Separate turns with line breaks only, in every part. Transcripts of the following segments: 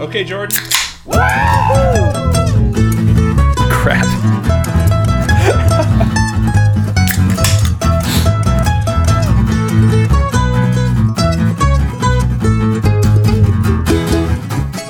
Okay, Jordan.
Crap.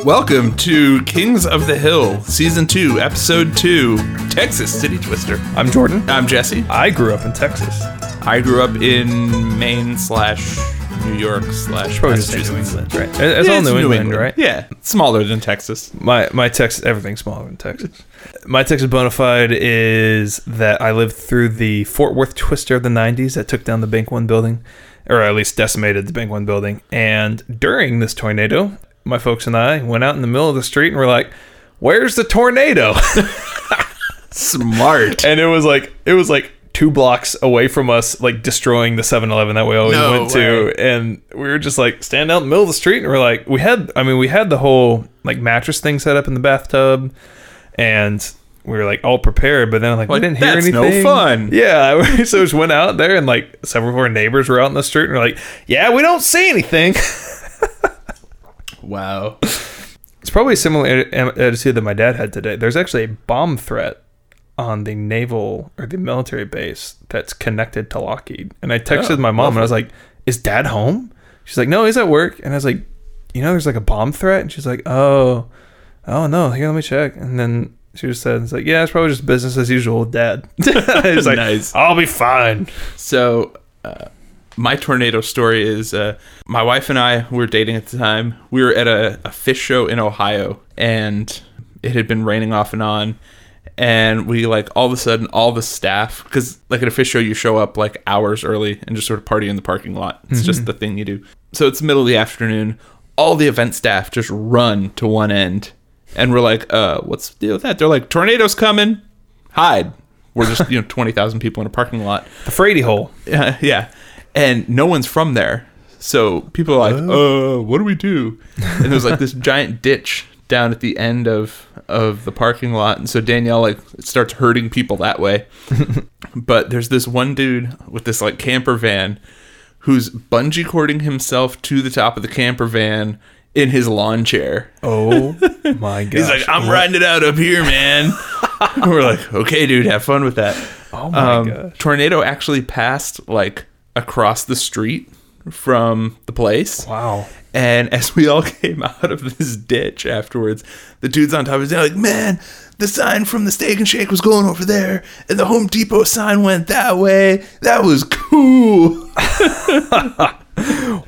Welcome to Kings of the Hill, Season 2, Episode 2, Texas City Twister.
I'm Jordan.
I'm Jesse.
I grew up in Texas.
I grew up in Maine slash New York slash Massachusetts.
right? It's, all New, England, right?
Yeah, smaller than Texas.
My my Texas, everything's smaller than Texas. My Texas bona fide is that I lived through the Fort Worth twister of the '90s that took down the Bank One building, or at least decimated the Bank One building. And during this tornado, my folks and I went out in the middle of the street and were like, "Where's the tornado?"
Smart.
and it was like it was like two blocks away from us, like destroying the 7-Eleven that we always
No
went to. And we were just like stand out in the middle of the street, and we're like, we had, I mean, we had the whole like mattress thing set up in the bathtub, and we were like all prepared. But then like we
Like,
didn't hear
that's no
anything.
fun.
Yeah, so we just went out there, and like several of our neighbors were out in the street, and we're like, yeah, we don't see anything.
Wow.
It's probably a similar atti- attitude that my dad had today. There's actually a bomb threat on the naval or the military base that's connected to Lockheed. And I texted my mom and I was like, Is dad home? She's like, No, he's at work. And I was like, You know, there's like a bomb threat. And she's like, Oh, oh no, here, let me check. And then she just said, It's like, Yeah, it's probably just business as usual, with dad. I was like,
Nice.
I'll be fine.
So, uh, my tornado story is uh, my wife and I were dating at the time. We were at a, a fish show in Ohio, and it had been raining off and on. And we like all of a sudden, all the staff, because like at a fish show, you show up like hours early and just sort of party in the parking lot. It's just the thing you do. So it's the middle of the afternoon. All the event staff just run to one end, and we're like, "Uh, what's the deal with that?" They're like, "Tornado's coming, hide." We're just you know twenty thousand people in a parking lot.
The Frady hole.
Yeah, yeah. And no one's from there. So people are like, uh, what do we do? And there's like this giant ditch down at the end of of the parking lot. And so Danielle like starts herding people that way. but there's this one dude with this like camper van who's bungee cording himself to the top of the camper van in his lawn chair.
Oh my god.
He's like, I'm riding it out up here, man. And we're like, okay, dude, have fun with that. Um,
Oh my gosh.
Tornado actually passed like across the street from the place.
Wow.
And as we all came out of this ditch afterwards, the dudes on top of it like, man, the sign from the Steak and Shake was going over there, and the Home Depot sign went that way. That was cool.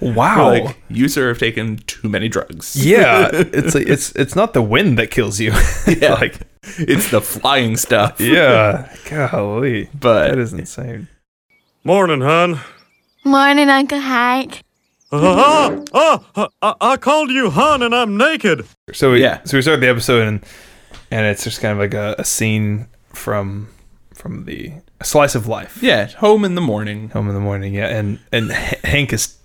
Wow.
Like, you sir have taken too many drugs.
yeah it's like it's it's not the wind that kills you
Yeah.
like
It's the flying stuff.
yeah golly
But-
that is insane
Morning, hon.
Morning, Uncle Hike.
Ah, ah, ah, ah, I called you hon and I'm naked.
so we,
Yeah.
so we start the episode and and it's just kind of like a, a scene from from the a slice of life
Yeah, home in the morning.
home in the morning yeah and and H- hank is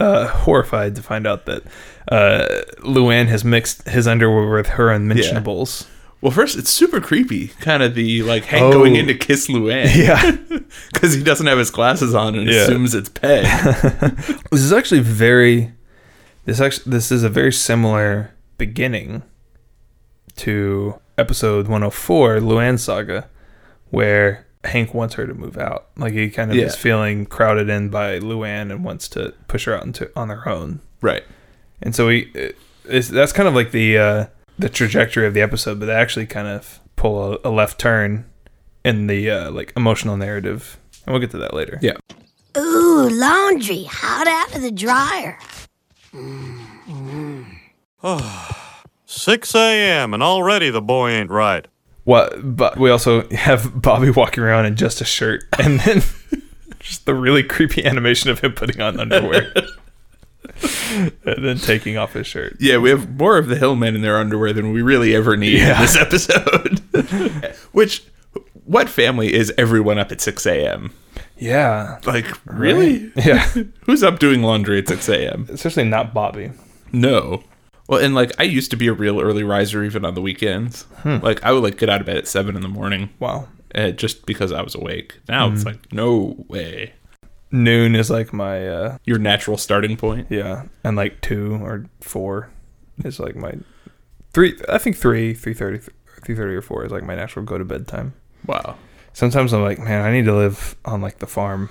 uh horrified to find out that uh luann has mixed his underwear with her unmentionables
Well, first, it's super creepy. Kind of the like Hank
Oh.
going in to kiss Luann.
yeah.
because he doesn't have his glasses on and
Yeah.
assumes it's Peg.
This is actually very. This actually this is a very similar beginning to episode 104, Luann Saga, where Hank wants her to move out. Like he kind of
Yeah.
is feeling crowded in by Luann and wants to push her out into on her own.
right.
And so he, it- it's, that's kind of like the uh, the trajectory of the episode, but they actually kind of pull a, a left turn in the uh, like emotional narrative, and we'll get to that later.
Yeah.
Ooh, laundry hot out of the dryer.
6 a.m. and already the boy ain't right.
What? But we also have Bobby walking around in just a shirt, and then just the really creepy animation of him putting on underwear, and then taking off his shirt.
Yeah, we have more of the Hillmen in their underwear than we really ever need in this episode. Which, what family is everyone up at 6 a.m.?
Yeah,
Like, really?
yeah.
Who's up doing laundry at 6 a.m.?
Especially not Bobby.
No. Well, and like, I used to be a real early riser even on the weekends.
Hmm.
Like, I would like get out of bed at 7 in the morning
Wow.
uh, just because I was awake. Now
Hmm.
it's like, no way.
Noon is like my uh
Your natural starting point.
yeah, and like two or four is like my three. I think three, three thirty, three thirty or four is like my natural go to bed time.
Wow.
Sometimes I'm like, man, I need to live on like the farm.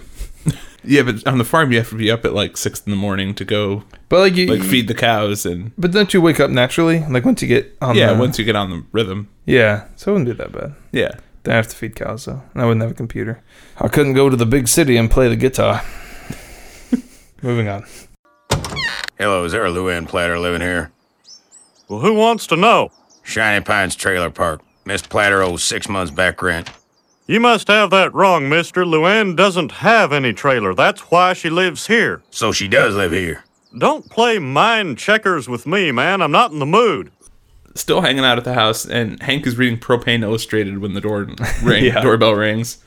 Yeah, but on the farm you have to be up at like six in the morning to go
But like you,
like feed the cows and
but don't you wake up naturally? Like once you get on.
yeah,
the,
once you get on the rhythm.
Yeah, so it wouldn't do that bad.
Yeah.
Then I have to feed cows though, and I wouldn't have a computer. I couldn't go to the big city and play the guitar. Moving on.
Hello, is there a Luann Platter living here?
Well, who wants to know?
Shiny Pines Trailer Park. Miss Platter owes six months back rent.
You must have that wrong, mister. Luann doesn't have any trailer. That's why she lives here.
So she does live here.
Don't play mind checkers with me, man. I'm not in the mood.
Still hanging out at the house and Hank is reading Propane Illustrated when the door ring,
Yeah.
doorbell rings.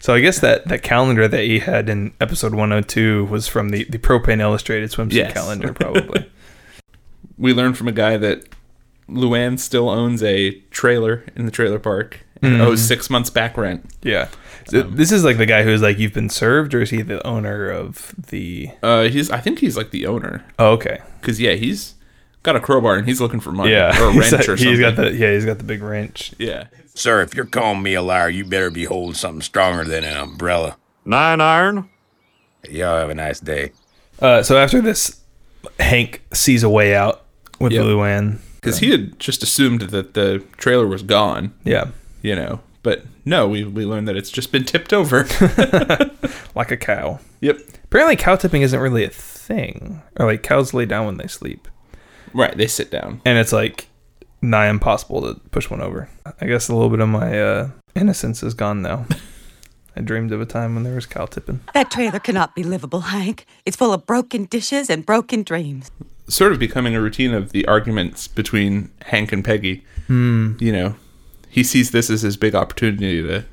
So I guess that, that calendar that he had in episode 102 was from the, the Propane Illustrated swimsuit
Yes.
calendar, probably.
we learned from a guy that Luann still owns a trailer in the trailer park
Mm-hmm.
and owes six months back rent.
yeah. So this is like the guy who's like, you've been served, or is he the owner of the?
Uh, he's I think he's like the owner
Oh, okay.
because yeah, he's got a crowbar and he's looking for money
Oh, Yeah.
or a
He's
wrench
like-
or something.
He's got the yeah. He's got the big wrench.
yeah.
Sir, if you're calling me a liar, you better be holding something stronger than an umbrella.
Nine iron?
Y'all have a nice day.
Uh, so after this, Hank sees a way out with
Yep.
Luann.
Because he had just assumed that the trailer was gone,
Yeah,
you know. But no, we we learned that it's just been tipped over.
like a cow.
yep.
Apparently, cow tipping isn't really a thing, or like cows lay down when they sleep,
Right. They sit down.
and it's like nigh impossible to push one over. I guess a little bit of my uh, innocence is gone now. I dreamed of a time when there was cow tipping.
That trailer cannot be livable, Hank. It's full of broken dishes and broken dreams.
Sort of becoming a routine of the arguments between Hank and Peggy.
Hmm.
You know, he sees this as his big opportunity to,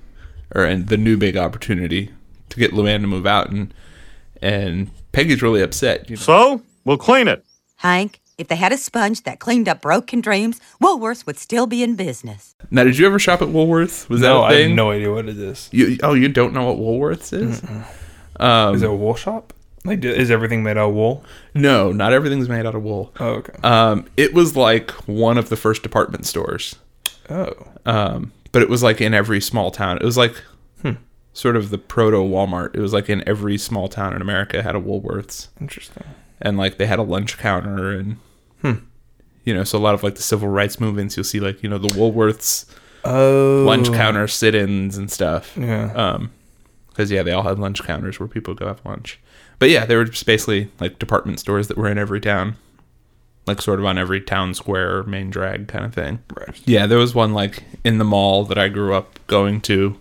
or and the new big opportunity to get Luann to move out, and and Peggy's really upset. You know?
So, we'll clean it.
Hank, if they had a sponge that cleaned up broken dreams, Woolworths would still be in business.
Now, did you ever shop at Woolworths? Was
No,
that a
I
thing?
have no idea what it is.
You, oh, you don't know what Woolworths is?
Is it
Um,
a wool shop? Like, do- is everything made out of wool?
No, not everything's made out of wool.
Oh, okay.
Um, it was like one of the first department stores.
oh,
um, but it was like in every small town. It was like
Hmm.
sort of the proto Walmart. It was like in every small town in America had a Woolworths,
interesting.
and like they had a lunch counter, and
Hmm.
you know, so a lot of like the civil rights movements, you'll see like you know the Woolworths
Oh,
lunch counter sit-ins and stuff.
Yeah.
Um, because yeah, they all had lunch counters where people go have lunch. But yeah, they were just basically like department stores that were in every town, like sort of on every town square, main drag kind of thing.
Right.
Yeah, there was one like in the mall that I grew up going to,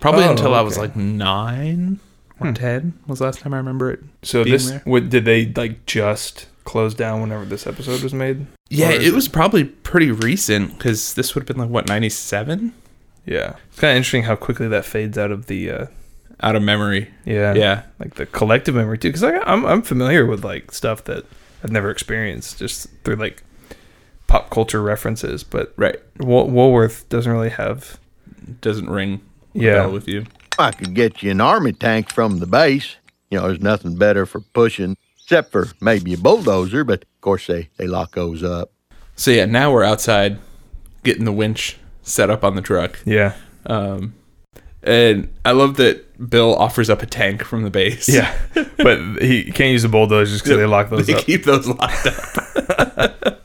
probably
Oh,
until I was
okay. Hmm.
like nine or ten was the last time I remember it.
So
being
this,
there.
what did they like just close down whenever this episode was made?
Yeah,
Or is
it was probably pretty recent because this would have been like what ninety seven
Yeah, it's kind of interesting how quickly that fades out of the. Uh,
out of memory.
yeah,
Yeah.
like the collective memory too, because I'm I'm familiar with like stuff that I've never experienced just through like pop culture references, but
Right,
Wo- Woolworth doesn't really have.
doesn't ring. a
Yeah.
bell with you.
I could get you an army tank from the base. You know, there's nothing better for pushing, except for maybe a bulldozer, but of course they, they lock those up.
So yeah, now we're outside getting the winch set up on the truck.
Yeah,
Um, and I love that Bill offers up a tank from the base.
yeah, but he can't use the bulldozers because they lock those
They
up.
keep those locked up.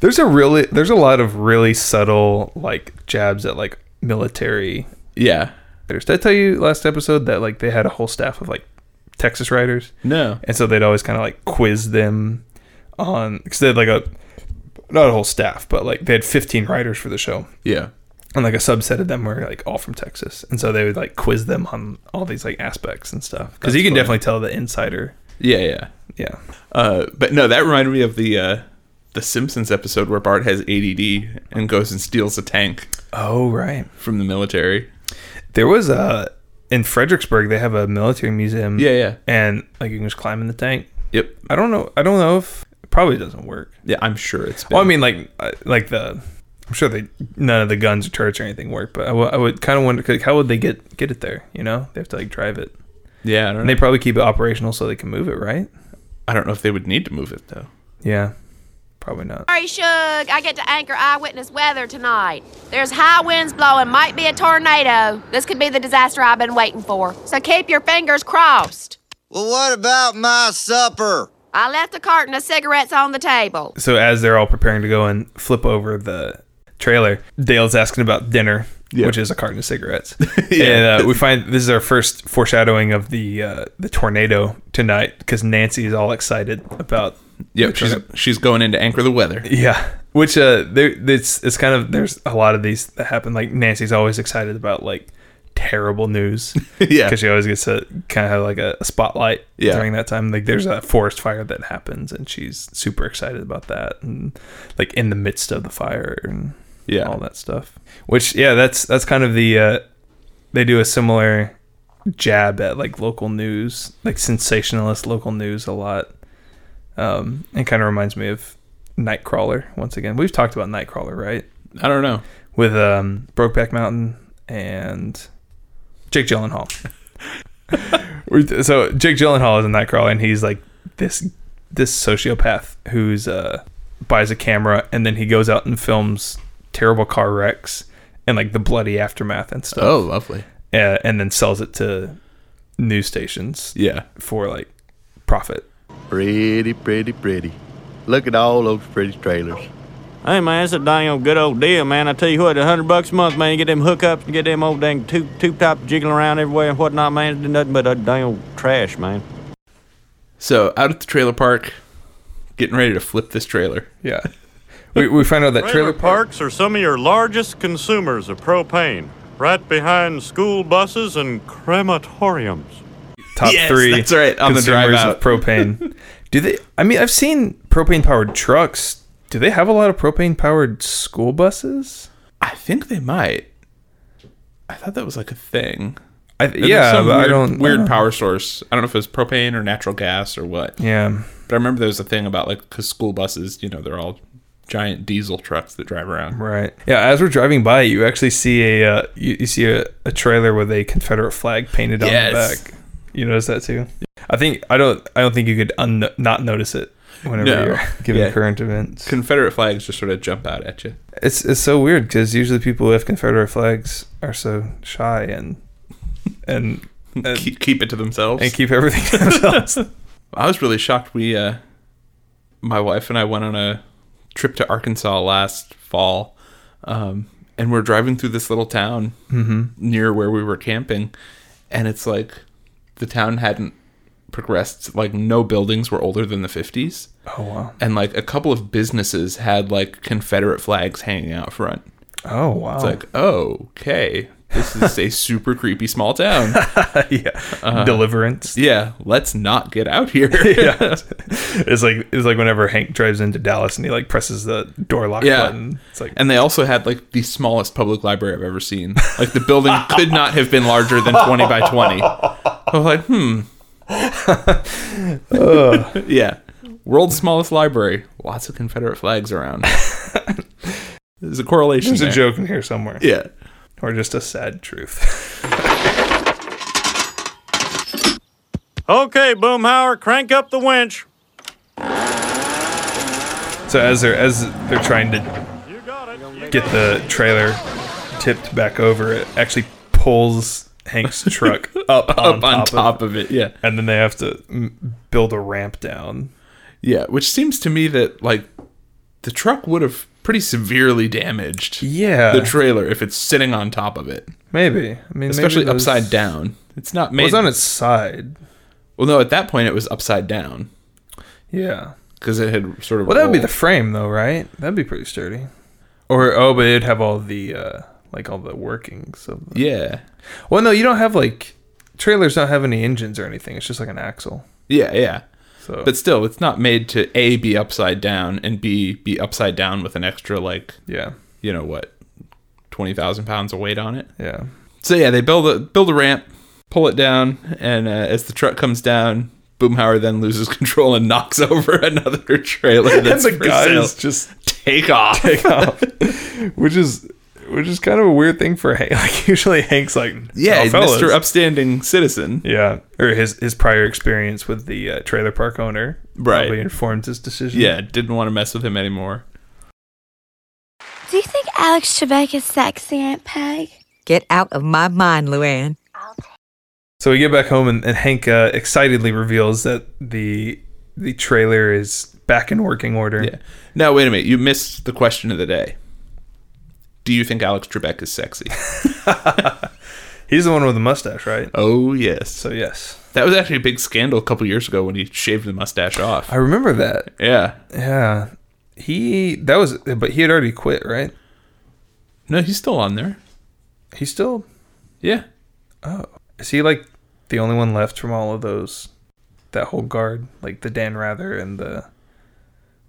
There's a really there's a lot of really subtle like jabs at like military
yeah.
writers. Did I tell you last episode that like they had a whole staff of like Texas writers,
No.
and so they'd always kind of like quiz them on because they had like a not a whole staff, but like they had 15 writers for the show,
Yeah.
and like a subset of them were like all from Texas, and so they would like quiz them on all these like aspects and stuff because you
That's
can
funny.
definitely tell the insider.
Yeah. Yeah.
Yeah,
Uh, but no, that reminded me of the uh, the Simpsons episode where Bart has ADD and goes and steals a tank
Oh right.
from the military.
There was a in Fredericksburg they have a military museum.
Yeah. Yeah.
And like you can just climb in the tank.
Yep.
I don't know. I don't know if it probably doesn't work.
Yeah. I'm sure it's. Been,
Well, I mean, like, uh, like the, I'm sure they none of the guns or turrets or anything work, but I wou- I would kind of wonder, like, how would they get get it there? You know, they have to like drive it,
yeah. I don't,
and they
know.
probably keep it operational so they can move it, right?
I don't know if they would need to move it though.
Yeah, Probably not.
Sorry, Shug. I get to anchor eyewitness weather tonight. There's high winds blowing, might be a tornado. This could be the disaster I've been waiting for. So keep your fingers crossed.
Well, what about my supper?
I left a carton of cigarettes on the table.
So as they're all preparing to go and flip over the trailer, Dale's asking about dinner, which is a carton of cigarettes. And uh, we find this is our first foreshadowing of the uh, the tornado tonight because Nancy is all excited about.
Yep, she's she's going in to anchor the weather.
Yeah, which uh, there it's it's kind of there's a lot of these that happen. Like Nancy's always excited about like terrible news.
Yeah.
because she always gets a kind of like a, a spotlight
Yeah.
during that time. Like there's a forest fire that happens, and she's super excited about that, and like in the midst of the fire and
Yeah.
all that stuff. Which yeah, that's that's kind of the uh, they do a similar jab at like local news, like sensationalist local news a lot. Um, and kind of reminds me of Nightcrawler once again. We've talked about Nightcrawler, right?
I don't know.
With um, Brokeback Mountain and Jake Gyllenhaal. We're- so Jake Gyllenhaal is in Nightcrawler, and he's like this this sociopath who's uh, buys a camera, and then he goes out and films terrible car wrecks and like the bloody aftermath and stuff,
Oh, lovely.
uh, and then sells it to news stations
Yeah.
for like profit.
Pretty, pretty, pretty. Look at all those pretty trailers.
Hey man, it's a dang old good old deal, man. I tell you what, a hundred bucks a month, man, you get them hookups and get them old dang two two top jiggling around everywhere and whatnot, man. It's nothing but a dang old trash, man.
So out at the trailer park, getting ready to flip this trailer.
Yeah, we we find out that
Trailer
trailer park.
parks are some of your largest consumers of propane, right behind school buses and crematoriums.
top
Yes,
three.
that's right, on the drive
consumers
out.
of propane. Do they? I mean, I've seen propane powered trucks. Do they have a lot of propane powered school buses?
I think they might. I thought that was like a thing.
I,
There's
yeah,
some
but
weird,
I don't.
weird
I don't-
power source. I don't know if it was propane or natural gas or what.
Yeah,
But I remember there was a thing about like because school buses, you know, they're all giant diesel trucks that drive around.
right. Yeah, as we're driving by, you actually see a uh, you, you see a, a trailer with a Confederate flag painted
Yes.
on the back. You notice that too. I think I don't. I don't think you could un- not notice it whenever
No.
you're given
Yeah.
current events.
Confederate flags just sort of jump out at you.
It's it's so weird because usually people with Confederate flags are so shy and and and,
keep, keep it to themselves.
and keep everything to themselves.
I was really shocked. We, uh, my wife and I went on a trip to Arkansas last fall, um, and we're driving through this little town
Mm-hmm.
near where we were camping, and it's like the town hadn't progressed. Like no buildings were older than the fifties,
oh wow!
and like a couple of businesses had like Confederate flags hanging out front.
Oh wow!
It's like, oh, okay, this is a super creepy small town.
yeah, deliverance.
Uh-huh. yeah, let's not get out here.
Yeah, it's like it's like whenever Hank drives into Dallas and he like presses the door lock
Yeah.
button. It's like
And they also had like the smallest public library I've ever seen. Like the building could not have been larger than 20 by 20. I was like, hmm. yeah. World's smallest library. Lots of Confederate flags around. There's a correlation.
there's a
there.
joke in here somewhere,
Yeah.
or just a sad truth.
Okay, Boomhauer, crank up the winch.
so as they're as they're trying to
You got it. You
get the trailer tipped back over, it actually pulls Hank's truck up
Up on top of it. Yeah.
and then they have to mm, build a ramp down.
Yeah. Which seems to me that like the truck would have pretty severely damaged
Yeah,
the trailer if it's sitting on top of it,
maybe. I mean,
especially
maybe those-
upside down. It's not
It
made.
was on its side.
well, no, at that point it was upside down.
Yeah.
because it had sort of.
Well, that would be the
rolled.
frame, though, right? That'd be pretty sturdy. Or oh, but it'd have all the uh, like all the workings of. The...
yeah,
Well, no, you don't have like trailers. Don't have any engines or anything. It's just like an axle.
yeah, yeah.
So
But still, it's not made to a be upside down and b be upside down with an extra like
yeah,
you know what, twenty thousand pounds of weight on it.
yeah,
So yeah, they build a build a ramp, pull it down, and uh, as the truck comes down. Boomhauer then loses control and knocks over another trailer. That's
the
for
guys
sale. just take off.
which is which is kind of a weird thing for Hank. Like usually Hank's like,
Yeah,
"Oh, fellas."
Mr. Upstanding Citizen.
Yeah, or his his prior experience with the uh, trailer park owner
Right.
probably informed his decision.
Yeah, didn't want to mess with him anymore.
Do you think Alex Trebek is sexy, Aunt Peg?
Get out of my mind, Luann.
So we get back home, and, and Hank uh, excitedly reveals that the the trailer is back in working order.
Yeah. Now wait a minute, you missed the question of the day. Do you think Alex Trebek is sexy?
He's the one with the mustache, right?
oh yes.
So yes,
That was actually a big scandal a couple years ago when he shaved the mustache off.
I remember that.
Yeah.
Yeah, he that was, but he had already quit, right?
No, he's still on there.
He's still
Yeah.
is he like the only one left from all of those that whole guard, like the Dan Rather and the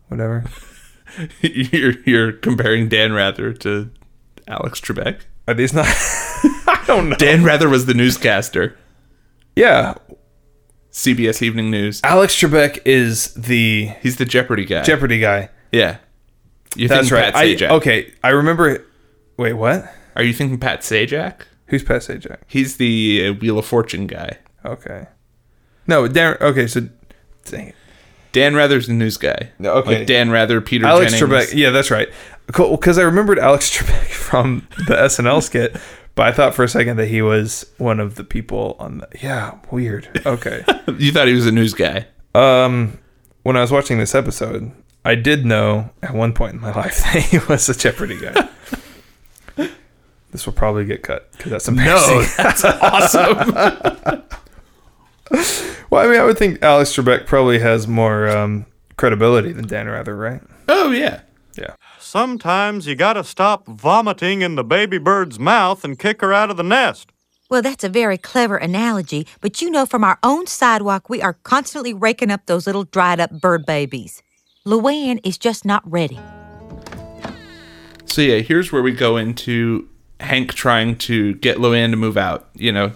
whatever.
you're you're comparing Dan Rather to Alex Trebek.
Are these not? I don't know.
Dan Rather was the newscaster,
Yeah,
CBS Evening News.
Alex Trebek is the
He's the Jeopardy guy.
Jeopardy guy.
yeah. You
That's
thinking
right.
Pat
I,
Sajak.
okay, I remember. Wait, what?
Are you thinking Pat Sajak?
Who's Pat Sajak?
He's the uh, Wheel of Fortune guy.
Okay. No, Dan. Okay, so dang it.
Dan Rather's the news guy.
No, okay.
Like Dan Rather, Peter
Alex
Jennings.
Trebek. Yeah, that's right. Cool, because I remembered Alex Trebek from the SNL skit, but I thought for a second that he was one of the people on the. Yeah, weird. Okay.
You thought he was a news guy.
um, when I was watching this episode, I did know at one point in my life that he was a Jeopardy guy. this will probably get cut because that's embarrassing.
that's awesome.
Well, I mean, I would think Alex Trebek probably has more um, credibility than Dan Rather, right?
oh yeah.
Sometimes you gotta stop vomiting in the baby bird's mouth and kick her out of the nest.
Well, that's a very clever analogy, but you know from our own sidewalk, we are constantly raking up those little dried up bird babies. Luann is just not ready.
So yeah, here's where we go into Hank trying to get Luann to move out. You know,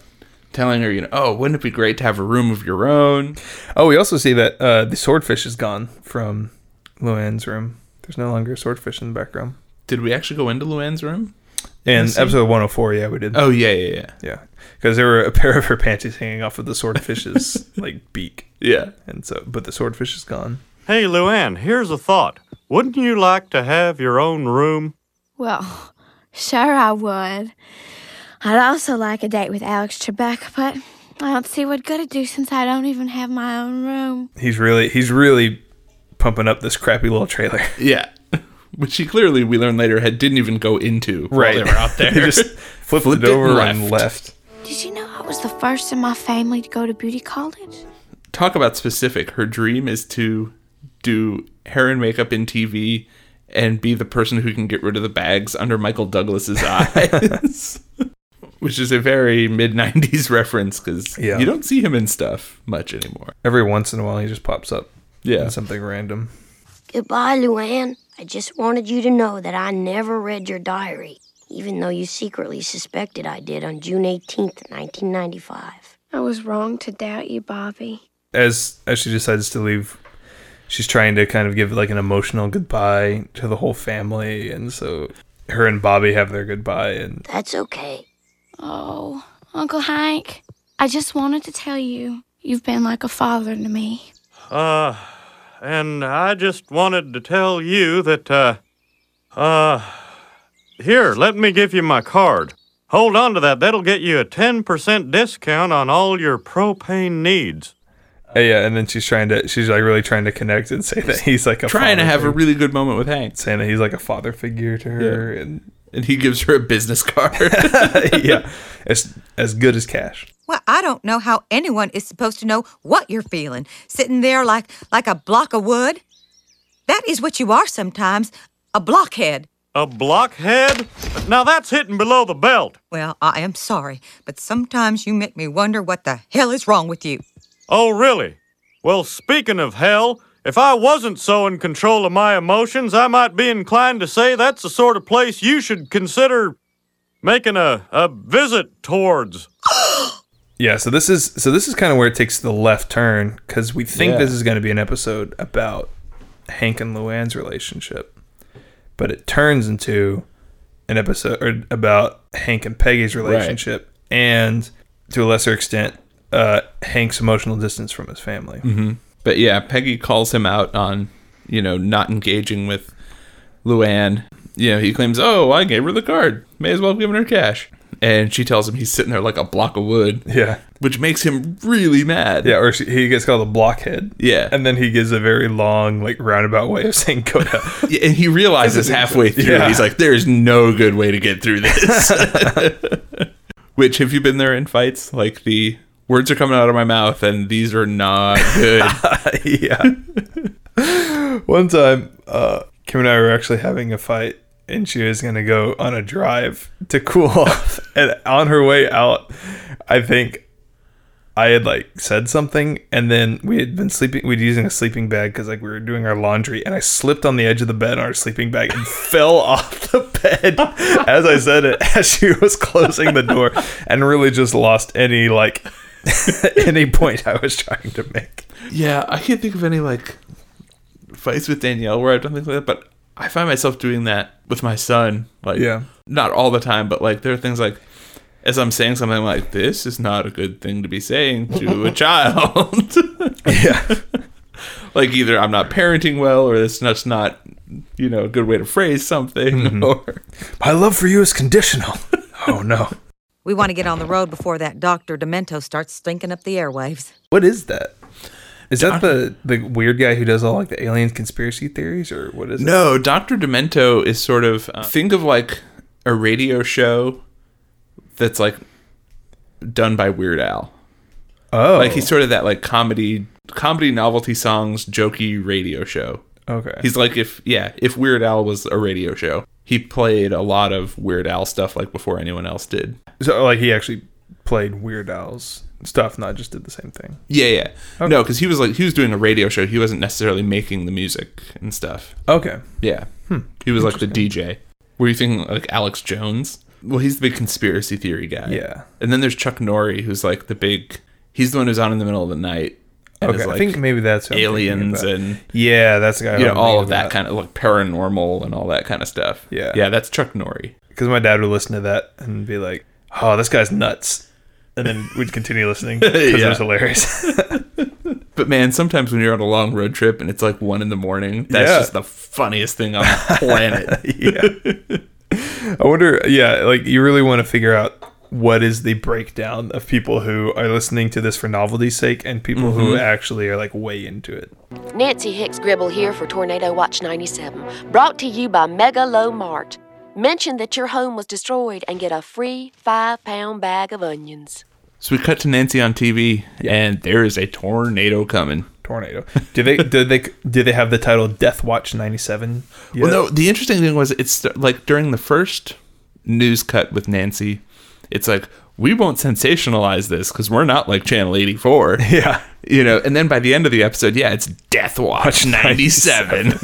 telling her, you know, oh, wouldn't it be great to have a room of your own?
Oh, we also see that uh, the swordfish is gone from Luann's room. There's no longer a swordfish in the back room.
Did we actually go into Luann's room?
In episode 104, yeah, we did.
Oh yeah, yeah, yeah,
Yeah, because there were a pair of her panties hanging off of the swordfish's like beak,
yeah.
and so but the swordfish is gone.
Hey, Luann, here's a thought. Wouldn't you like to have your own room?
Well, sure I would. I'd also like a date with Alex Trebek, but I don't see what good it'd do since I don't even have my own room.
He's really he's really pumping up this crappy little trailer.
Yeah. Which he clearly, we learn later, had didn't even go into right. while they were out there.
They just flipped,
Flipped
it
it and
over and left.
Did you know I was the first in my family to go to beauty college?
Talk about specific. Her dream is to do hair and makeup in TV and be the person who can get rid of the bags under Michael Douglas's eyes. Which is a very mid 90s reference because
Yeah.
you don't see him in stuff much anymore.
Every once in a while, he just pops up
Yeah.
in something random.
Goodbye, Luann. I just wanted you to know that I never read your diary, even though you secretly suspected I did on June 18th, 1995.
I was wrong to doubt you, Bobby.
as as she decides to leave she's trying to kind of give like an emotional goodbye to the whole family and so her and bobby have their goodbye and
That's okay.
Oh, Uncle Hank, I just wanted to tell you you've been like a father to me.
Uh, and I just wanted to tell you that, uh, uh, here, let me give you my card. Hold on to that. That'll get you a 10% discount on all your propane needs.
uh, yeah and then she's trying to she's like really trying to connect and say that he's like a
Trying to
father
have a
fig-
really good moment with Hank.
saying that he's like a father figure to her and
And he gives her a business card.
yeah as as good as cash
Well, I don't know how anyone is supposed to know what you're feeling, sitting there like like a block of wood. That is what you are sometimes, a blockhead.
A blockhead? Now that's hitting below the belt.
Well, I am sorry, but sometimes you make me wonder what the hell is wrong with you.
Oh, really? Well, speaking of hell, if I wasn't so in control of my emotions, I might be inclined to say that's the sort of place you should consider making a, a visit towards.
yeah so this is so this is kind of where it takes the left turn because we think
Yeah.
this is going to be an episode about hank and luann's relationship but it turns into an episode or about Hank and Peggy's relationship and to a lesser extent uh, Hank's emotional distance from his family.
hmm But yeah, Peggy calls him out on, you know, not engaging with Luann. You know, he claims, oh, I gave her the card. May as well have given her cash. And she tells him he's sitting there like a block of wood.
Yeah.
Which makes him really mad.
Yeah, or she- he gets called a blockhead.
Yeah.
And then he gives a very long, like, roundabout way of saying Coda.
Yeah, and he realizes halfway through
Yeah.
he's like there's no good way to get through this which have you been there in fights like the words are coming out of my mouth and these are not good
yeah. One time, uh, Kim and I were actually having a fight, and she was going to go on a drive to cool off. and on her way out, I think I had like said something, and then we had been sleeping. We'd using a sleeping bag because like we were doing our laundry, and I slipped on the edge of the bed on our sleeping bag and fell off the bed as I said it, as she was closing the door, and really just lost any like any point I was trying to make.
yeah i can't think of any like fights with danielle where i've done things like that but i find myself doing that with my son like
Yeah.
not all the time but like there are things like as i'm saying something I'm like this is not a good thing to be saying to a child
Yeah.
like either I'm not parenting well or it's just not you know a good way to phrase something
Mm-hmm.
or
My love for you is conditional. Oh no.
We want to get on the road before that Dr. Demento starts stinking up the airwaves.
What is that? Is that the the weird guy who does all like the alien conspiracy theories or what is it?
no Dr. Demento is sort of uh, think of like a radio show that's like done by Weird Al
Oh.
like he's sort of that like comedy comedy novelty songs jokey radio show
okay.
he's like if yeah if Weird Al was a radio show he played a lot of Weird Al stuff like before anyone else did
so like he actually played Weird Al's stuff, not just did the same thing.
yeah yeah no because he was like he was doing a radio show he wasn't necessarily making the music and stuff
Okay.
Yeah.
Hmm.
He was like the DJ. Were you thinking like Alex Jones? Well, he's the big conspiracy theory guy.
Yeah.
And then there's Chuck Norrie, who's like the big. He's the one who's on in the middle of the night. and
Okay.
is,
I
like,
think maybe that's who I'm thinking
aliens
about.
and
yeah, that's the guy.
you know all of Oh, that, kind of like paranormal and all that kind of stuff.
Yeah.
Yeah, that's Chuck Norrie.
Because my dad would listen to that and be like, "Oh, this guy's nuts," and then we'd continue listening because
Yeah.
it was hilarious.
But man, sometimes when you're on a long road trip and it's like one in the morning, that's
Yeah.
just the funniest thing on the planet.
yeah. I wonder, yeah, like you really want to figure out what is the breakdown of people who are listening to this for novelty's sake and people who
Mm-hmm.
actually are like way into it.
Nancy Hicks Gribble here for Tornado Watch 97, brought to you by Mega Low Mart. Mention that your home was destroyed and get a free five pound bag of onions.
so we cut to Nancy on TV, and there is a tornado coming.
Tornado. Do they do they do they have the title Death Watch 97? Yeah.
Well, no. The interesting thing was, it's like during the first news cut with Nancy, it's like we won't sensationalize this because we're not like Channel 84.
Yeah.
You know, and then by the end of the episode, yeah, it's Death Watch 97.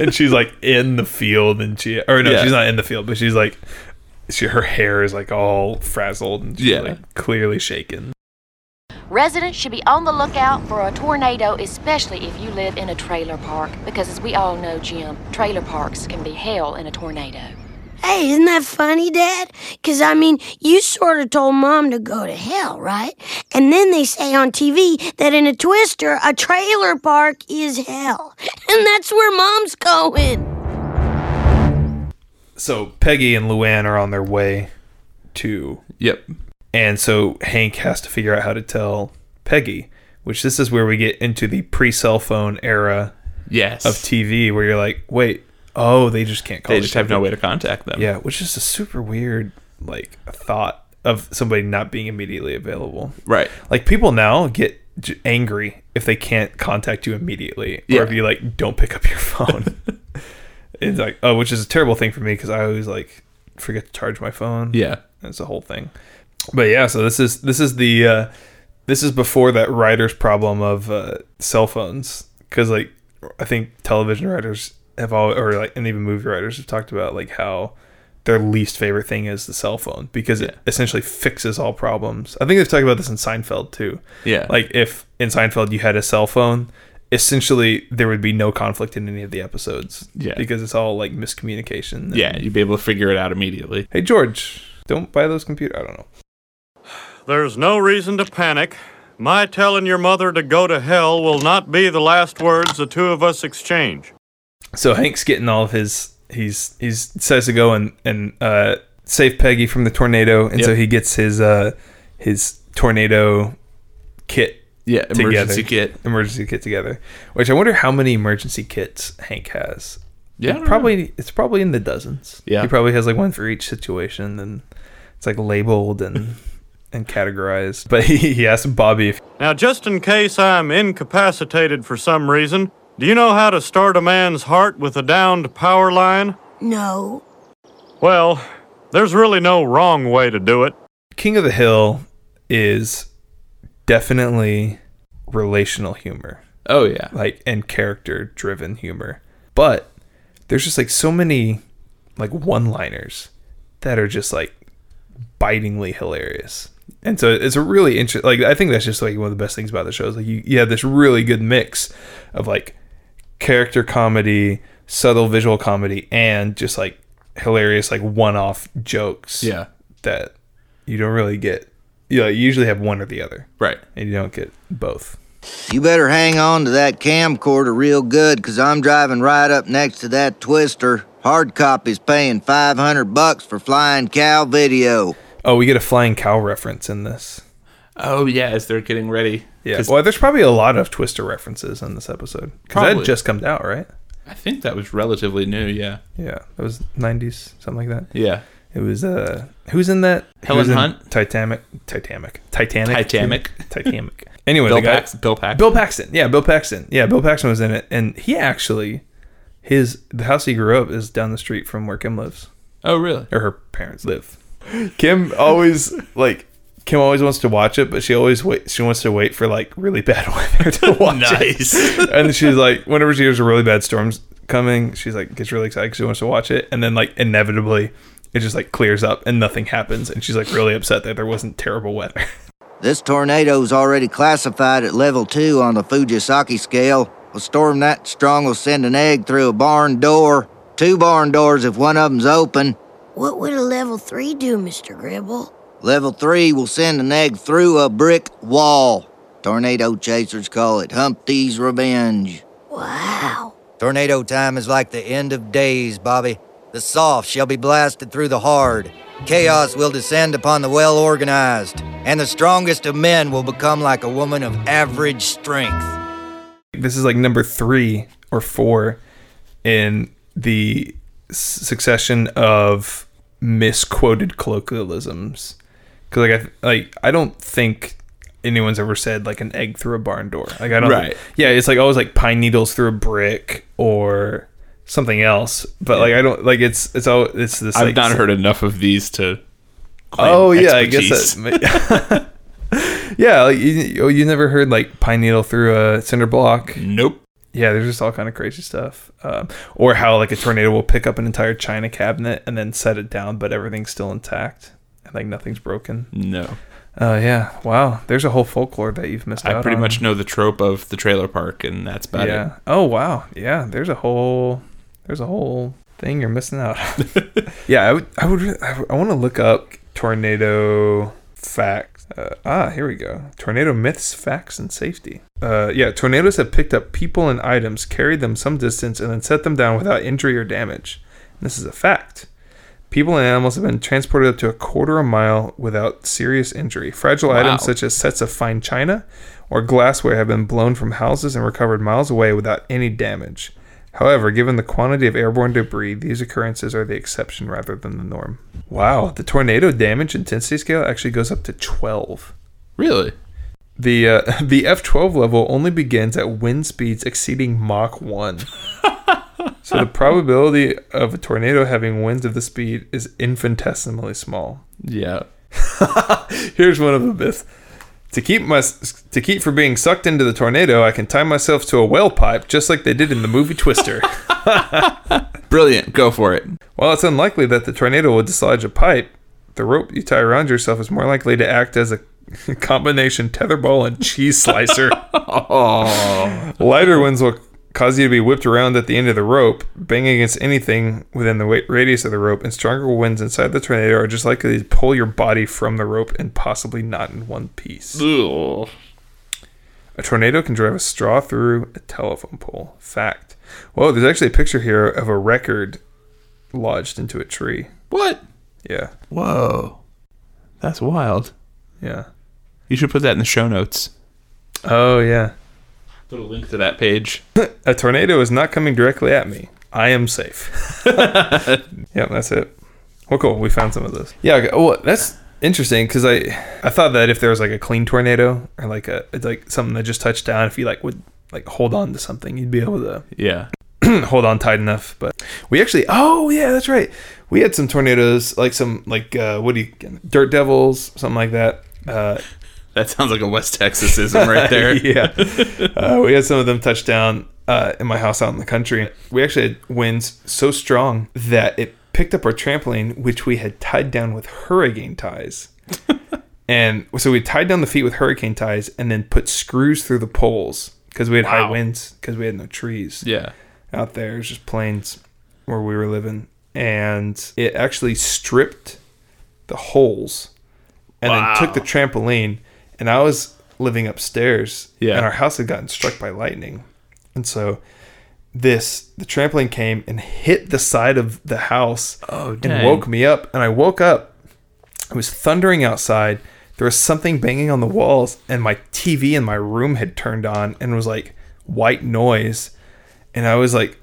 and she's like in the field and she or no,
Yeah.
she's not in the field, but she's like she, her hair is like all frazzled and she's
Yeah.
like clearly shaken.
Residents should be on the lookout for a tornado, especially if you live in a trailer park, because as we all know, Jim, trailer parks can be hell in a tornado.
Hey, isn't that funny, Dad? Because, I mean, you sort of told Mom to go to hell, right? And then they say on TV that in a twister, a trailer park is hell. And that's where Mom's going.
So Peggy and Luann are on their way to
yep.
And so Hank has to figure out how to tell Peggy, which this is where we get into the pre cell phone era
Yes.
of TV where you're like, wait, oh, they just can't call
they
each
just have no
other.
way to contact them.
Yeah, which is a super weird like thought of somebody not being immediately available.
Right.
Like people now get j- angry if they can't contact you immediately
Yeah.
or if you like don't pick up your phone. it's like, oh, which is a terrible thing for me cuz I always like forget to charge my phone.
Yeah.
That's the whole thing. But yeah, so this is this is the uh, this is before that writer's problem of uh, cell phones because like I think television writers have all or like and even movie writers have talked about like how their least favorite thing is the cell phone because it essentially fixes all problems. I think they've talked about this in Seinfeld too.
Yeah.
Like if in Seinfeld you had a cell phone essentially there would be no conflict in any of the episodes.
Yeah.
Because it's all like miscommunication. and-
Yeah, you'd be able to figure it out immediately.
Hey George, don't buy those computer. I don't know.
There's no reason to panic. My telling your mother to go to hell will not be the last words the two of us exchange.
So Hank's getting all of his. He's he's says to go and and uh, save Peggy from the tornado, and so
Yep.
he gets his uh his tornado kit.
Yeah, emergency
together.
kit.
Emergency kit together. Which I wonder how many emergency kits Hank has.
Yeah, I don't
probably it's probably in the dozens.
Yeah.
he probably has like one for each situation, and it's like labeled and and categorized. But he, he asked Bobby if
Now, just in case I'm incapacitated for some reason, do you know how to start a man's heart with a downed power line?
No.
Well, there's really no wrong way to do it.
King of the Hill is definitely relational humor,
Oh yeah.
like and character driven humor. But there's just like so many like one liners that are just like bitingly hilarious. And so it's a really interesting like I think that's just like one of the best things about the show is like you, you have this really good mix of like character comedy, subtle visual comedy, and just like hilarious like one off jokes
Yeah.
that you don't really get. You, know, you usually have one or the other,
Right.
and you don't get both.
You better hang on to that camcorder real good, because I'm driving right up next to that twister. Hard copy's paying 500 bucks for Flying Cow video.
Oh, we get a flying cow reference in this.
Oh yeah, as they're getting ready.
Yeah.
'Cause
Well, there's probably a lot of Twister references in this episode. 'Cause that
Probably.
had just come out, right?
I think that was relatively new. Yeah.
Yeah, it was 90s, something like that.
Yeah.
It was uh, who's in that? Who
Helen
was in
Hunt?
Titanic, Titanic, Titanic,
Titanic.
Titanic. Anyway,
Bill
the guy-
Pax- Bill Pax-
Bill Paxton. Yeah, Bill Paxton. Yeah, Bill Paxton was in it, and he actually, his the house he grew up is down the street from where Kim lives.
Oh really?
or her parents live. Kim always like Kim always wants to watch it, but she always wait. She wants to wait for like really bad weather to watch
Nice.
it. And she's like, whenever she hears a really bad storm's coming, she's like gets really excited. 'cause She wants to watch it, and then like inevitably, it just like clears up and nothing happens, and she's like really upset that there wasn't terrible weather.
This tornado's already classified at level 2 on the Fujisaki scale. A storm that strong will send an egg through a barn door. Two barn doors if one of them's open.
What would a level three do, Mr. Gribble?
Level 3 will send an egg through a brick wall. Tornado chasers call it Humpty's Revenge.
Wow.
Tornado time is like the end of days, Bobby. The soft shall be blasted through the hard. Chaos will descend upon the well organized, and the strongest of men will become like a woman of average strength.
this is like number three or four in the s- succession of misquoted colloquialisms. Because like I th- like I don't think anyone's ever said like an egg through a barn door. Like I don't.
Right.
yeah, it's like always like pine needles through a brick or something else. But like I don't like it's it's all it's this.
I've
like,
not
s-
heard enough of these to. claim
Oh yeah,
expertise.
I guess that. yeah, like you, oh, you never heard like pine needle through a cinder block
Nope.
yeah, there's just all kind of crazy stuff. Um, or how like a tornado will pick up an entire china cabinet and then set it down, but everything's still intact and like nothing's broken.
No.
Uh, yeah, wow. There's a whole folklore that you've missed.
I
out
pretty
on.
much know the trope of the trailer park, and that's about
yeah.
it.
Oh wow, yeah. There's a whole there's a whole thing you're missing out. on. yeah, I would I would re- I, want to look up tornado facts. Uh, ah, here we go. Tornado myths, facts, and safety. Uh, yeah, tornadoes have picked up people and items, carried them some distance, and then set them down without injury or damage. This is a fact. People and animals have been transported up to a quarter a mile without serious injury. Fragile items such as sets of fine china or glassware have been blown from houses and recovered miles away without any damage. However, given the quantity of airborne debris, these occurrences are the exception rather than the norm. Wow, the tornado damage intensity scale actually goes up to 12.
Really?
The uh, the F12 level only begins at wind speeds exceeding Mach 1. so the probability of a tornado having winds of the speed is infinitesimally small.
Yeah.
Here's one of the myths. To keep my to keep from being sucked into the tornado, I can tie myself to a well pipe just like they did in the movie Twister.
Brilliant. Go for it.
While it's unlikely that the tornado will dislodge a pipe, the rope you tie around yourself is more likely to act as a Combination tetherball and cheese slicer. Lighter ones will cause you to be whipped around at the end of the rope, banging against anything within the wa- radius of the rope, and stronger winds inside the tornado are just likely to pull your body from the rope and possibly not in one piece.
Ugh.
A tornado can drive a straw through a telephone pole. Fact. Whoa, there's actually a picture here of a record lodged into a tree.
What?
Yeah,
Whoa. That's wild.
yeah.
You should put that in the show notes.
Oh, yeah.
Put a link to that page.
A tornado is not coming directly at me. I am safe. yep, that's it. Well, cool. We found some of this. Yeah. okay, Well, that's interesting because I I thought that if there was like a clean tornado or like a it's like something that just touched down, if you like would like hold on to something, you'd be able to
Yeah.
hold on tight enough. But we actually, oh yeah, that's right. We had some tornadoes, like some like uh, what do you dirt devils, something like that. Uh,
That sounds like a West Texasism right there.
yeah. Uh, we had some of them touch down uh, in my house out in the country. We actually had winds so strong that it picked up our trampoline, which we had tied down with hurricane ties. and so we tied down the feet with hurricane ties and then put screws through the poles because we had high winds because we had no trees
Yeah.
out there. It was just plains where we were living. And it actually stripped the holes and then took the trampoline. And I was living upstairs.
Yeah.
And our house had gotten struck by lightning. And so this the trampoline came and hit the side of the house oh, and
dang.
woke me up. And I woke up. It was thundering outside. There was something banging on the walls, and my TV in my room had turned on and was like white noise and I was like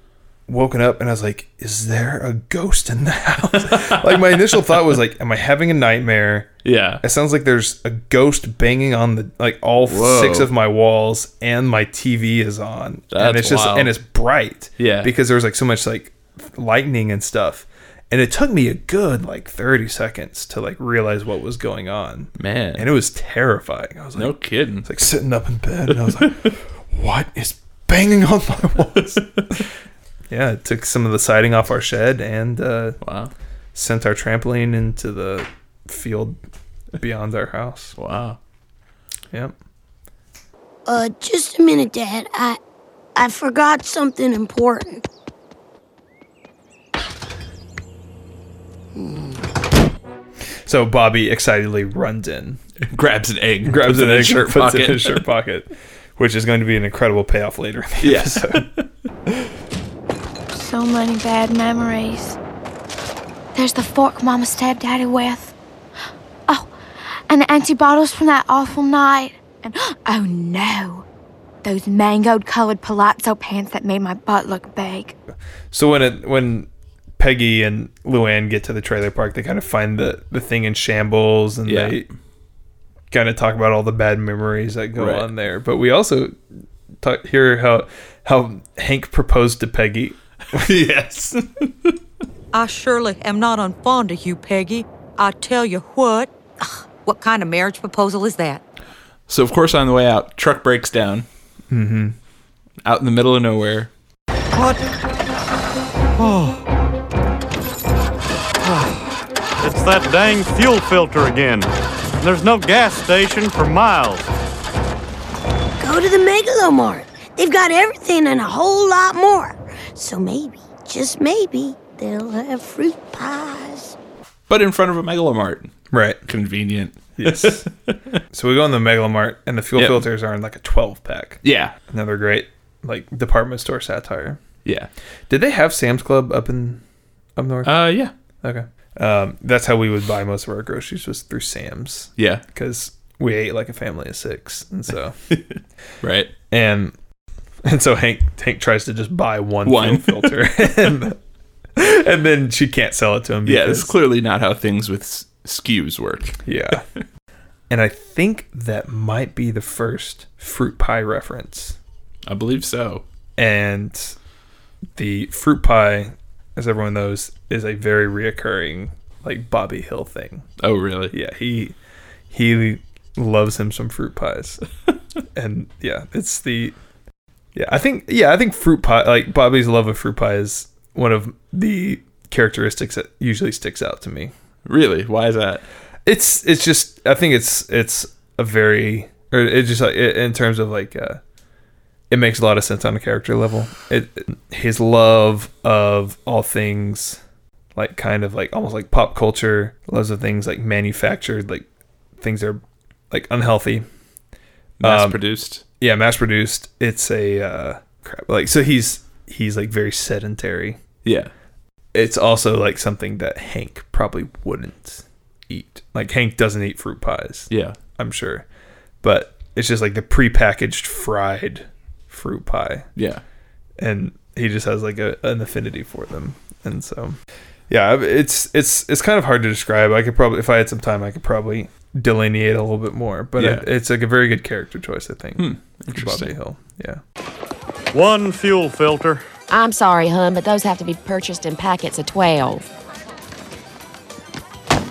woken up and I was like, is there a ghost in the house? like my initial thought was like, am I having a nightmare?
Yeah.
It sounds like there's a ghost banging on the like all
Whoa.
six of my walls and my TV is on. and
That's
it's just
wild.
and it's bright.
Yeah.
Because there was like so much like lightning and stuff. And it took me a good like 30 seconds to like realize what was going on.
Man.
And it was terrifying. I was like,
no kidding.
like sitting up in bed and I was like, what is banging on my walls? yeah, it took some of the siding off our shed and uh,
Wow.
sent our trampoline into the field beyond our house.
Wow.
Yep.
Uh, just a minute, Dad. I, I forgot something important.
So Bobby excitedly runs in,
Grabs an egg.
grabs
puts
an
in
egg,
his
shirt
shirt
puts it in
pocket.
his shirt pocket, which is going to be an incredible payoff later in the
Yeah.
episode.
So many bad memories. There's the fork Mama stabbed Daddy with. Oh, and the empty bottles from that awful night. And oh no, those mangoed colored palazzo pants that made my butt look big.
So when it when Peggy and Luann get to the trailer park, they kind of find the the thing in shambles, and
Yeah.
they kind of talk about all the bad memories that go
Right.
on there. But we also talk, hear how how Hank proposed to Peggy.
yes.
I surely am not unfond of you, Peggy. I tell you what. Ugh, what kind of marriage proposal is that?
So of course on the way out, truck breaks down. Mm-hmm. Out in the middle of nowhere.
It's that dang fuel filter again. There's no gas station for miles.
Go to the Megalomart. They've got everything and a whole lot more. So maybe, just maybe, they'll have fruit pies.
But in front of a megalomart.
Right.
Convenient.
Yes. so we go in the Megalomart, and the fuel
Yep.
filters are in like a twelve pack.
Yeah.
Another great like department store satire.
Yeah.
Did they have Sam's Club up in up north?
Uh yeah.
okay. Um, that's how we would buy most of our groceries was through Sam's.
Yeah.
because we ate like a family of six, and so
Right.
and and so Hank Hank tries to just buy one,
One.
fuel filter, and, and then she can't sell it to him.
Yeah, this is
Because,
clearly not how things with s- skews work.
yeah, and I think that might be the first fruit pie reference,
I believe so.
and the fruit pie, as everyone knows, is a very reoccurring like Bobby Hill thing.
Oh, really?
Yeah, he he loves him some fruit pies. and yeah, it's the Yeah, I think yeah, I think fruit pie like Bobby's love of fruit pie is one of the characteristics that usually sticks out to me.
Really? Why is that?
It's it's just I think it's it's a very or it just like it, in terms of like uh it makes a lot of sense on a character level. It his love of all things like kind of like almost like pop culture, loves of things like manufactured, like things that are like unhealthy.
mass produced.
Yeah, mass produced. It's a uh crap. Like so he's he's like very sedentary.
Yeah.
It's also like something that Hank probably wouldn't eat. Like Hank doesn't eat fruit pies.
Yeah.
I'm sure. But it's just like the prepackaged fried fruit pie.
Yeah.
And he just has like a, an affinity for them. And so yeah, it's it's it's kind of hard to describe. I could probably if I had some time I could probably delineate a little bit more, but
Yeah.
it, it's like a very good character choice, I think. for
interesting.
Bobby Hill. Yeah.
One fuel filter.
I'm sorry, hun, but those have to be purchased in packets of 12.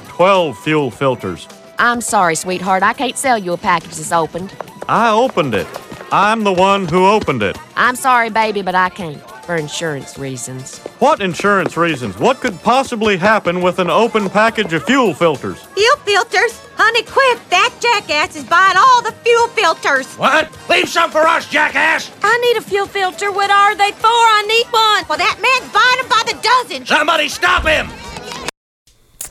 12 fuel filters.
I'm sorry, sweetheart. I can't sell you a package that's opened.
I opened it. I'm the one who opened it.
I'm sorry, baby, but I can't. For insurance reasons.
What insurance reasons? What could possibly happen with an open package of fuel filters?
Fuel filters? Honey, quick! That jackass is buying all the fuel filters!
What? Leave some for us, jackass!
I need a fuel filter. What are they for? I need one.
Well, that man's buying them by the dozen!
Somebody stop him!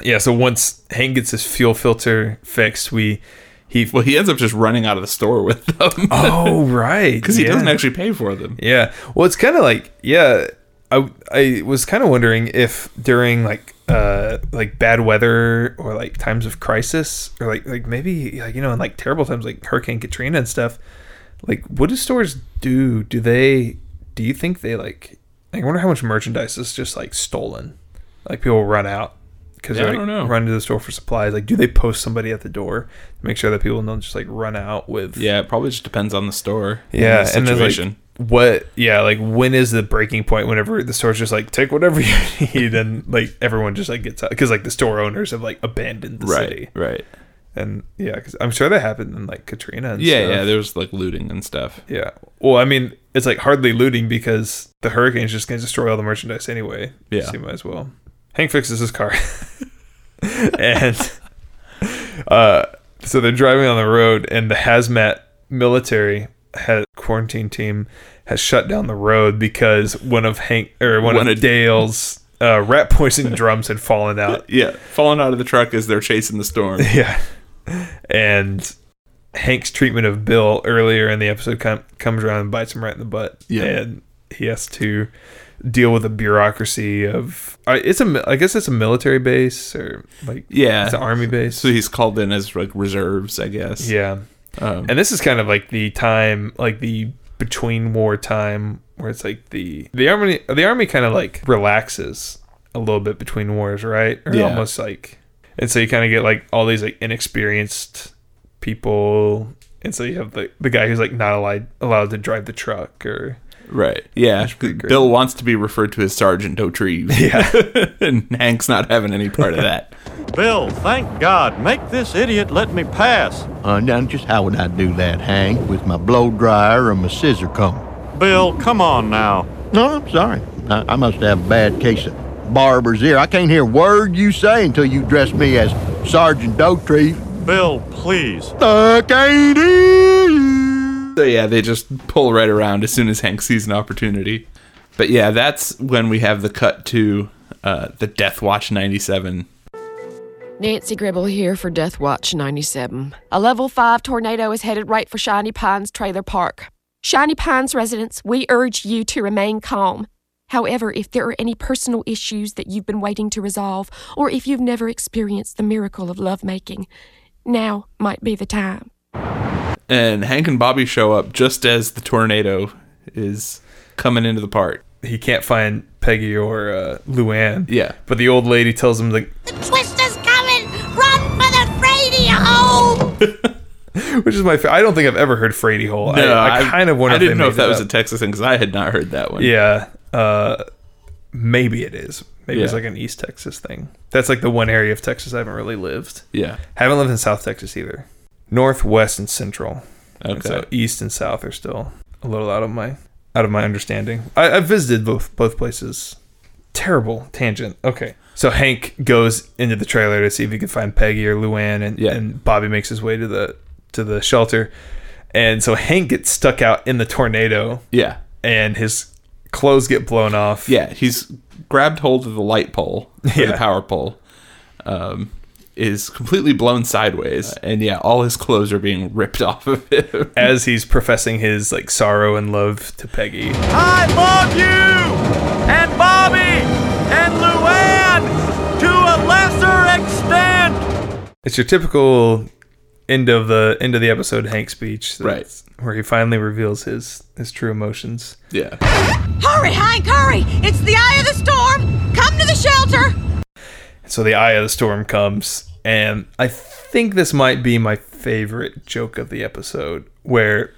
Yeah, so once Hank gets his fuel filter fixed, we he
Well, he ends up just running out of the store with them
Oh right.
because he doesn't
yeah.
actually pay for them.
Yeah. Well, it's kind of like yeah. I I was kind of wondering if during like uh like bad weather or like times of crisis or like like maybe like you know in like terrible times like Hurricane Katrina and stuff. Like, what do stores do? Do they? Do you think they like? I wonder how much merchandise is just like stolen. Like people run out because
Yeah, I
they
don't
like,
know.
run to the store for supplies. Like, do they post somebody at the door to make sure that people don't just like run out with
Yeah, it probably just depends on the store.
yeah,
the
and then
situation.
like what? Yeah, like when is the breaking point? Whenever the store's just like take whatever you need, and like everyone just like gets out because like the store owners have like abandoned the
right,
city,
right.
and yeah, because I'm sure that happened in like Katrina. And
Yeah,
stuff.
yeah. There was like looting and stuff.
yeah. Well, I mean, it's like hardly looting because the hurricane's just gonna destroy all the merchandise anyway.
Yeah.
so you might as well. Hank fixes his car, and uh, so they're driving on the road, and the hazmat military ha quarantine team has shut down the road because one of Hank or one,
One
of
of-
Dale's uh, rat poison drums had fallen out.
Yeah, falling out of the truck as they're chasing the storm.
Yeah. And Hank's treatment of Bill earlier in the episode com- comes around and bites him right in the butt.
Yeah.
And he has to deal with the bureaucracy of I- it's a mi- I guess it's a military base or like
Yeah.
it's an army base.
So he's called in as like reserves, I guess.
yeah.
Um,
And this is kind of like the time like the between war time where it's like the the army the army kind of like relaxes a little bit between wars, right? Or
Yeah.
almost like and so you kind of get like all these like inexperienced people and so you have the, the guy who's like not allowed allowed to drive the truck or
right. Yeah. Bill wants to be referred to as Sergeant O'Treve. Yeah. and Hank's not having any part of that.
Bill, thank God, make this idiot let me pass.
Uh, now, just how would I do that, Hank, with my blow dryer or my scissor comb?
Bill, come on now.
No, I'm sorry. I, I must have a bad case of barber's ear. I can't hear a word you say until you dress me as Sergeant Dougtree.
Bill, please.
I can't hear you.
So yeah, they just pull right around as soon as Hank sees an opportunity. But yeah, that's when we have the cut to uh, the Death Watch 97.
Nancy Gribble here for Death Watch 97. A level 5 tornado is headed right for Shiny Pines Trailer Park. Shiny Pines residents, we urge you to remain calm. However, if there are any personal issues that you've been waiting to resolve, or if you've never experienced the miracle of lovemaking, now might be the time.
And Hank and Bobby show up just as the tornado is coming into the park.
he can't find Peggy or uh, Luann.
Yeah.
But the old lady tells him like
The twister's coming. Run for the radio home.
which is my fa- I don't think I've ever heard Frady Hole. I- I, kind of wonder
I didn't
they
know
made
if that
it
was
up.
a Texas thing because I had not heard that one.
Yeah. Uh, maybe it is. Maybe it's
Yeah.
like an East Texas thing. That's like the one area of Texas I haven't really lived.
Yeah.
Haven't lived in South Texas either. Northwest and Central. And
Okay.
so East and South are still a little out of my out of my understanding. I, I visited both both places. Terrible tangent. Okay. So Hank goes into the trailer to see if he can find Peggy or Luann and,
Yeah.
and Bobby makes his way to the to the shelter. And so Hank gets stuck out in the tornado.
Yeah.
And his clothes get blown off.
Yeah, he's grabbed hold of the light pole, or the
Yeah.
power pole, um, is completely blown sideways, and yeah, all his clothes are being ripped off of him.
As he's professing his like sorrow and love to Peggy.
I love you and Bobby and Luann to a lesser extent.
It's your typical end of the end of the episode Hank speech. Right. Where he finally reveals his his true emotions.
Yeah.
Hurry, Hank, hurry! It's the eye of the storm! Come to the shelter!
So the eye of the storm comes, and I think this might be my favorite joke of the episode, where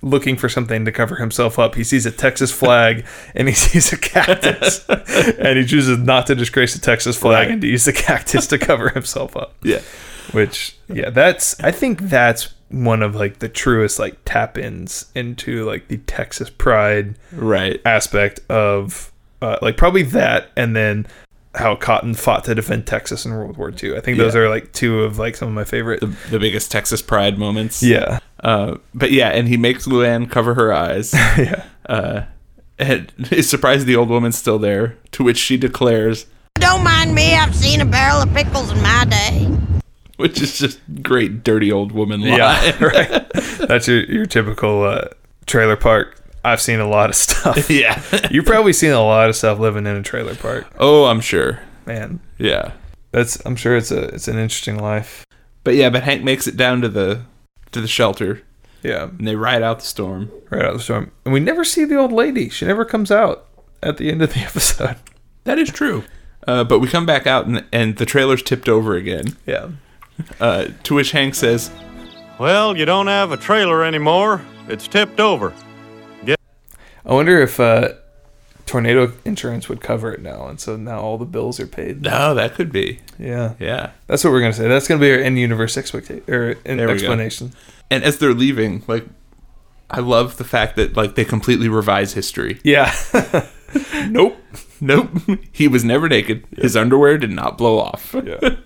looking for something to cover himself up, he sees a Texas flag and he sees a cactus, and he chooses not to disgrace the Texas flag and to use the cactus to cover himself up.
Yeah.
Which yeah, that's I think that's one of like the truest like tap ins into like the Texas pride
right
aspect of uh, like probably that and then how Cotton fought to defend Texas in World War II. I think those
Yeah.
are like two of like some of my favorite.
The, the biggest Texas pride moments.
Yeah.
Uh, but yeah, and he makes Luann cover her eyes. yeah. Uh, and is surprised the old woman's still there, to which she declares,
Don't mind me, I've seen a barrel of pickles in my day.
which is just great dirty old woman lie.
Yeah, right. That's your your typical uh, trailer park. I've seen a lot of stuff.
Yeah,
you've probably seen a lot of stuff living in a trailer park.
Oh, I'm sure.
Man,
Yeah.
that's I'm sure it's a it's an interesting life.
But yeah, but Hank makes it down to the to the shelter.
Yeah.
And they ride out the storm.
Right out of the storm, and we never see the old lady. She never comes out at the end of the episode.
That is true. Uh, but we come back out and, and the trailer's tipped over again.
Yeah.
Uh, to which Hank says,
Well, you don't have a trailer anymore. It's tipped over.
I wonder if uh, tornado insurance would cover it now, and so now all the bills are paid.
"No, that could be."
Yeah.
Yeah.
That's what we're gonna say. That's gonna be our in-universe expectation or in-
There we go.
explanation.
And as they're leaving, like, I love the fact that like they completely revise history.
Yeah. nope.
Nope. he was never naked. His underwear did not blow off.
Yeah.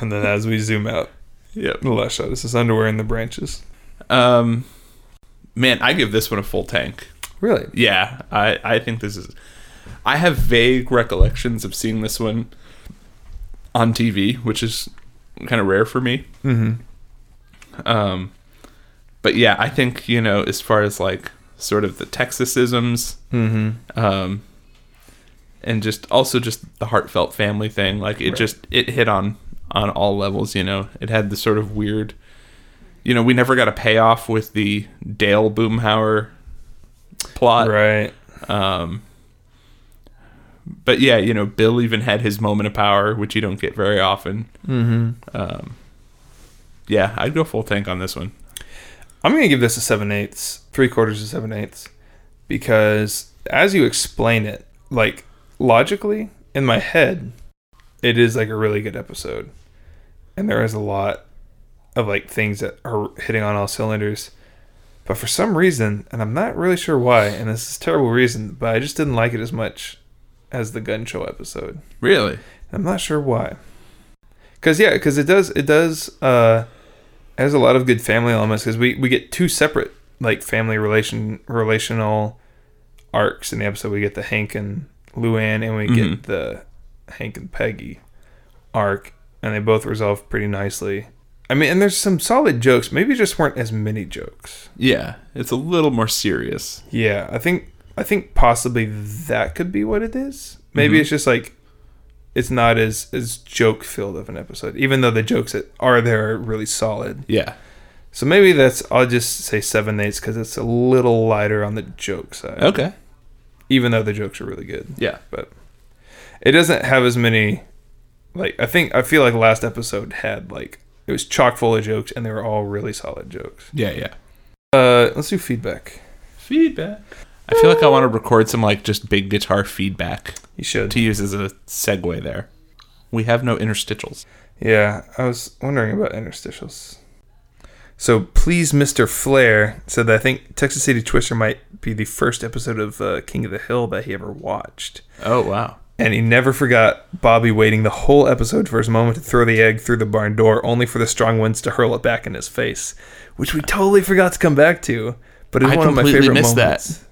and then as we zoom out,
yeah,
the last shot is his underwear in the branches.
Um, man, I give this one a full tank.
Really?
Yeah, I I think this is. I have vague recollections of seeing this one on TV, which is kind of rare for me.
Mm-hmm.
Um, but yeah, I think you know as far as like sort of the Texasisms,
Mhm.
um, and just also just the heartfelt family thing. Like it
Right.
just it hit on on all levels. You know, it had the sort of weird. You know, we never got a payoff with the Dale Boomhauer plot,
right?
Um, but yeah, you know, Bill even had his moment of power, which you don't get very often.
Mhm.
Um, yeah, I'd go full tank on this one.
I'm gonna give this a seven eighths, three quarters to seven eighths, because as you explain it, like logically in my head, it is like a really good episode, and there is a lot of like things that are hitting on all cylinders. But for some reason, and I'm not really sure why, and this is a terrible reason, but I just didn't like it as much as the gun show episode.
Really?
I'm not sure why. Cause yeah, cause it does it does uh, it has a lot of good family elements. Cause we we get two separate like family relation relational arcs in the episode. We get the Hank and Luann, and we
Mhm.
get the Hank and Peggy arc, and they both resolve pretty nicely. I mean, and there's some solid jokes. Maybe just weren't as many jokes.
Yeah, it's a little more serious.
Yeah, I think I think possibly that could be what it is. Maybe
Mhm.
it's just like it's not as as joke filled of an episode, even though the jokes that are there are really solid.
Yeah.
So maybe that's I'll just say seven eights because it's a little lighter on the joke side.
Okay.
Even though the jokes are really good.
Yeah.
But it doesn't have as many like I think I feel like last episode had like it was chock full of jokes and they were all really solid jokes.
Yeah, yeah.
Uh let's do feedback.
Feedback. I feel like I want to record some like just big guitar feedback.
You should.
To use as a segue there. We have no interstitials.
Yeah, I was wondering about interstitials. So please, Mr. Flair said that I think Texas City Twister might be the first episode of uh, King of the Hill that he ever watched.
Oh wow.
And he never forgot Bobby waiting the whole episode for his moment to throw the egg through the barn door, only for the strong winds to hurl it back in his face, which we totally forgot to come back to. But it's
I
one of my
completely
favorite
missed
moments.
that.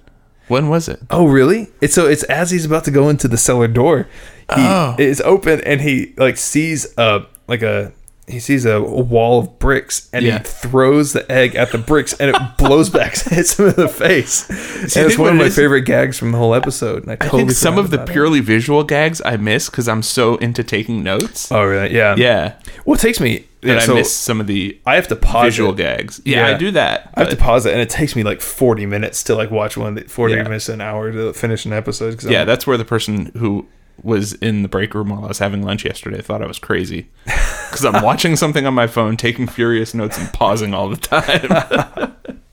When was it?
Oh, really? It's so it's as he's about to go into the cellar door. He
Oh.
is open and he like sees a like a he sees a wall of bricks and
Yeah.
he throws the egg at the bricks and it blows back hits him in the face.
See, I
and it's
think
one
what
of
it
my
is-
favorite gags from the whole episode. And I,
I
totally
think some
forgot
of the
about it.
purely visual gags I miss because I'm so into taking notes.
Oh, really? Yeah.
Yeah.
Well, it takes me.
That
yeah,
I
so
miss some of the
I have to pause
visual
it.
gags. Yeah, I do that.
I have to pause it, and it takes me like forty minutes to like watch one. of the- Forty
Yeah.
minutes to an hour to finish an episode. 'cause I'm-
Yeah, that's where the person who was in the break room while I was having lunch yesterday thought I was crazy because I'm watching something on my phone, taking furious notes, and pausing all the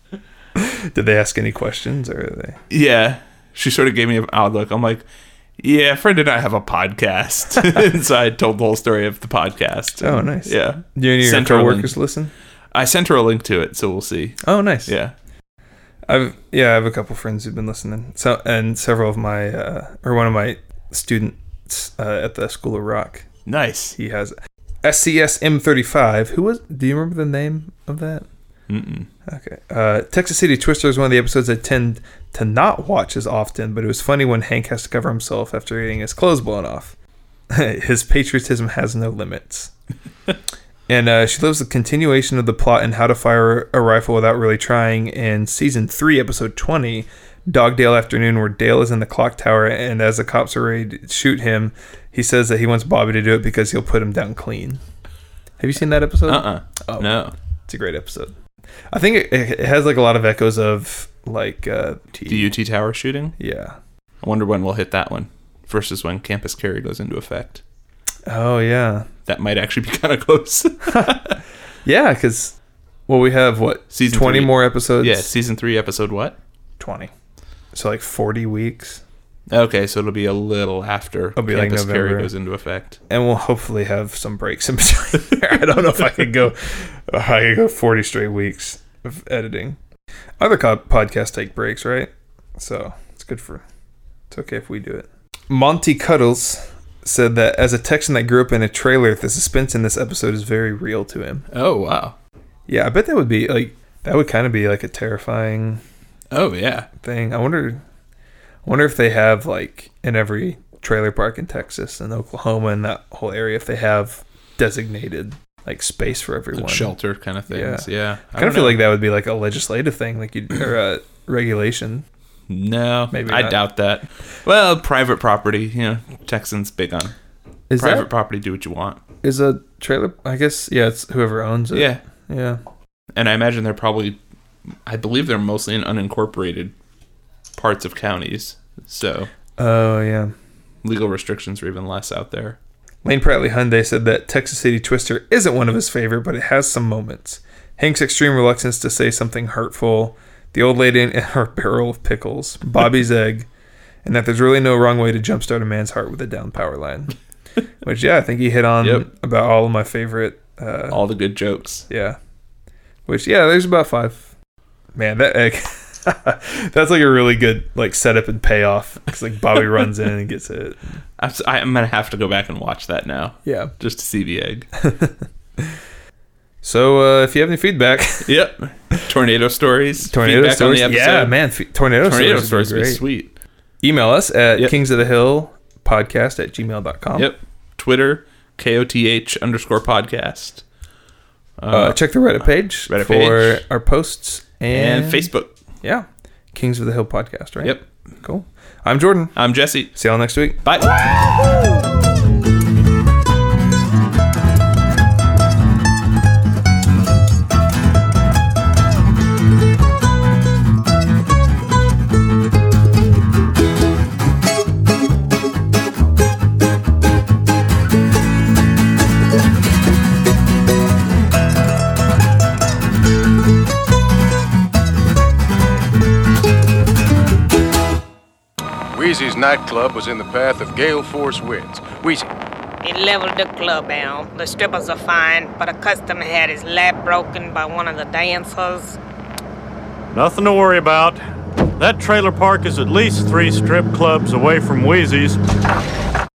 time.
Did they ask any questions, or are they?
yeah, she sort of gave me an outlook. I'm like, yeah, friend and I have a podcast, and so I told the whole story of the podcast.
Oh, nice.
Yeah,
Do any of your
Sent her a
coworkers
link.
listen?
I sent her a link to it, so we'll see.
Oh, nice.
Yeah.
I've yeah, I have a couple friends who've been listening. So and several of my uh, or one of my students uh, at the School of Rock.
Nice.
He has SCS M35. Who was? Do you remember the name of that?
Mm-mm.
Okay. Uh, Texas City Twister is one of the episodes I tend to not watch as often, but it was funny when Hank has to cover himself after getting his clothes blown off. his patriotism has no limits. and uh, she loves the continuation of the plot in How to Fire a Rifle Without Really Trying in season three, episode twenty, Dogdale Afternoon, where Dale is in the clock tower, and as the cops are ready to shoot him, he says that he wants Bobby to do it because he'll put him down clean. Have you seen that episode?
Uh-uh.
Oh.
No.
It's a great episode. I think it, it has like a lot of echoes of like uh,
The UT Tower shooting.
Yeah.
I wonder when we'll hit that one versus when Campus Carry goes into effect.
oh yeah,
That might actually be kind of close.
yeah, because well, we have what
Season
twenty
three.
more episodes.
yeah, season three, episode what?
twenty. So like forty weeks,
Okay, so it'll be a little after
It'll be like
Campus Carry
November.
goes into effect.
and we'll hopefully have some breaks in between. there. I don't know if I could go, I could go forty straight weeks of editing. Other co- podcasts take breaks, right? So it's good for. It's okay if we do it. Monty Cuddles said that as a Texan that grew up in a trailer, the suspense in this episode is very real to him.
Oh wow.
Yeah, I bet that would be like that would kind of be like a terrifying
Oh yeah.
thing. I wonder I wonder if they have like in every trailer park in Texas and Oklahoma and that whole area if they have designated like space for everyone.
shelter kind of things, yeah. I
I kind
don't
of feel
know.
like that would be like a legislative thing like you or a regulation.
No,
Maybe
I
not.
doubt that. Well, private property, you know, Texans big on.
Is
private
that-
property? Do what you want.
Is a trailer I guess yeah, it's whoever owns it.
Yeah.
Yeah.
And I imagine they're probably, I believe they're mostly in unincorporated parts of counties, so
Oh yeah.
legal restrictions are even less out there.
Lane Prattley Hyundai said that Texas City Twister isn't one of his favorite, but it has some moments. Hank's extreme reluctance to say something hurtful, the old lady in her barrel of pickles, Bobby's egg, and that there's really no wrong way to jumpstart a man's heart with a down power line. Which, yeah, I think he hit on
Yep.
about all of my favorite. Uh,
All the good jokes.
yeah. Which, yeah, there's about five. Man, that egg. That's like a really good like setup and payoff because like Bobby runs in and gets it.
I'm, s- I'm gonna have to go back and watch that now.
Yeah.
just to see the egg.
So uh, if you have any feedback,
yep, tornado stories.
Tornado
feedback
stories.
on the
Yeah,
episode.
man. Fe- tornado,
tornado
stories,
stories
would
would be
be great.
sweet.
Email us at
Yep.
kings of the hill podcast at gmail.com.
Yep, Twitter koth underscore podcast
Uh, check the Reddit page
Uh-huh. Reddit
for
page.
our posts and,
and Facebook.
Yeah. Kings of the Hill podcast, right?
Yep.
Cool. I'm Jordan.
I'm Jesse.
See y'all next week.
Bye.
Wheezy's nightclub was in the path of gale force winds. Wheezy,
He leveled the club down. The strippers are fine, but a customer had his lap broken by one of the dancers.
Nothing to worry about. That trailer park is at least three strip clubs away from Wheezy's.